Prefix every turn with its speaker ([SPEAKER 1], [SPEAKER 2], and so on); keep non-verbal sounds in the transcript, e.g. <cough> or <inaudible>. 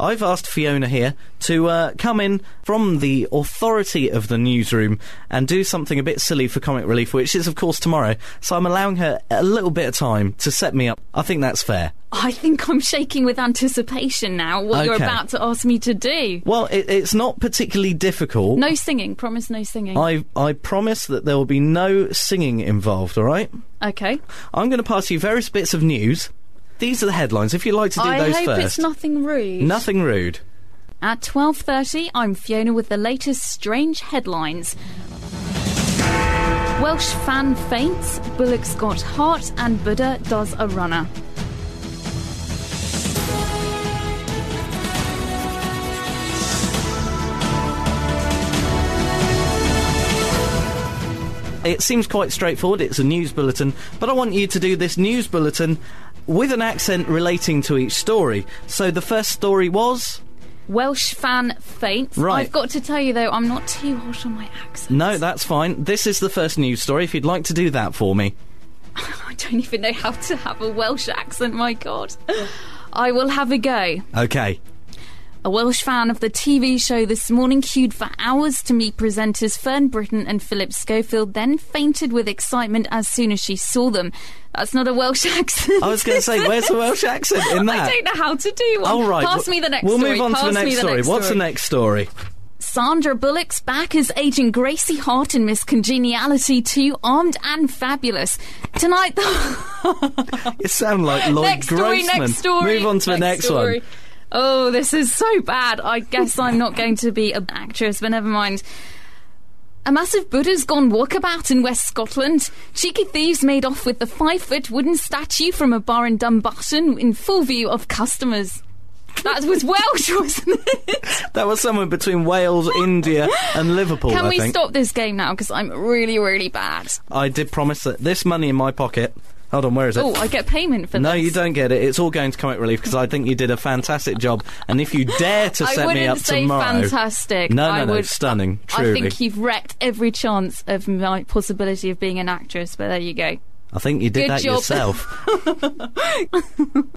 [SPEAKER 1] I've asked Fiona here to uh, come in from the authority of the newsroom and do something a bit silly for Comic Relief, which is, of course, tomorrow. So I'm allowing her a little bit of time to set me up. I think that's fair.
[SPEAKER 2] I think I'm shaking with anticipation now what you're
[SPEAKER 1] Okay.
[SPEAKER 2] about to ask me to do.
[SPEAKER 1] Well, it, it's not particularly difficult.
[SPEAKER 2] No singing, promise no singing.
[SPEAKER 1] I, I promise that there will be no singing involved, all right?
[SPEAKER 2] okay.
[SPEAKER 1] I'm going to pass you various bits of news. These are the headlines. If you'd like to do
[SPEAKER 2] I
[SPEAKER 1] those
[SPEAKER 2] hope
[SPEAKER 1] first.
[SPEAKER 2] it's nothing rude.
[SPEAKER 1] Nothing rude.
[SPEAKER 2] At 12:30, I'm Fiona with the latest strange headlines. Welsh fan faints, Bullock's got heart and Buddha does a runner.
[SPEAKER 1] It seems quite straightforward. It's a news bulletin, but I want you to do this news bulletin with an accent relating to each story. So the first story was
[SPEAKER 2] Welsh fan faints.
[SPEAKER 1] Right.
[SPEAKER 2] I've got to tell you though, I'm not too hot on my accent.
[SPEAKER 1] no, that's fine. This is the first news story. If you'd like to do that for me,
[SPEAKER 2] <laughs> I don't even know how to have a Welsh accent, my god. I will have a go.
[SPEAKER 1] okay.
[SPEAKER 2] A Welsh fan of the TV show this morning queued for hours to meet presenters Fern Britton and Philip Schofield, then fainted with excitement as soon as she saw them. That's not a Welsh <laughs> accent.
[SPEAKER 1] I was going to
[SPEAKER 2] <laughs>
[SPEAKER 1] say, where's the Welsh accent in that?
[SPEAKER 2] I don't know how to do one.
[SPEAKER 1] All right.
[SPEAKER 2] Pass
[SPEAKER 1] w-
[SPEAKER 2] me the next
[SPEAKER 1] We'll
[SPEAKER 2] story.
[SPEAKER 1] move on
[SPEAKER 2] Pass
[SPEAKER 1] to the
[SPEAKER 2] me
[SPEAKER 1] next story. What's the next story?
[SPEAKER 2] Sandra Bullock's back as agent Gracie Hart in Miss Congeniality 2, armed and fabulous. Tonight, the.
[SPEAKER 1] You sound like Lloyd
[SPEAKER 2] <laughs> next
[SPEAKER 1] Grossman.
[SPEAKER 2] story, next story.
[SPEAKER 1] Move on to the next
[SPEAKER 2] story.
[SPEAKER 1] one.
[SPEAKER 2] Oh, this is so bad. I guess I'm not going to be an actress, but never mind. A massive Buddha's gone walkabout in West Scotland. Cheeky thieves made off with the five foot wooden statue from a bar in Dumbarton in full view of customers. That was Welsh, <laughs> wasn't it?
[SPEAKER 1] That was somewhere between Wales, India, and Liverpool.
[SPEAKER 2] Can
[SPEAKER 1] I
[SPEAKER 2] we
[SPEAKER 1] think.
[SPEAKER 2] stop this game now? Because I'm really, really bad.
[SPEAKER 1] I did promise that this money in my pocket. Hold on, where is it?
[SPEAKER 2] Oh, I get payment for
[SPEAKER 1] No,
[SPEAKER 2] this.
[SPEAKER 1] you don't get it. It's all going to Comic Relief because I think you did a fantastic job. And if you dare to
[SPEAKER 2] I
[SPEAKER 1] set
[SPEAKER 2] wouldn't
[SPEAKER 1] me up
[SPEAKER 2] say
[SPEAKER 1] tomorrow,
[SPEAKER 2] fantastic.
[SPEAKER 1] No, no,
[SPEAKER 2] I
[SPEAKER 1] no,
[SPEAKER 2] would-
[SPEAKER 1] stunning. Truly,
[SPEAKER 2] I think you've wrecked every chance of my possibility of being an actress, but there you go.
[SPEAKER 1] I think you did
[SPEAKER 2] Good
[SPEAKER 1] that
[SPEAKER 2] job.
[SPEAKER 1] yourself.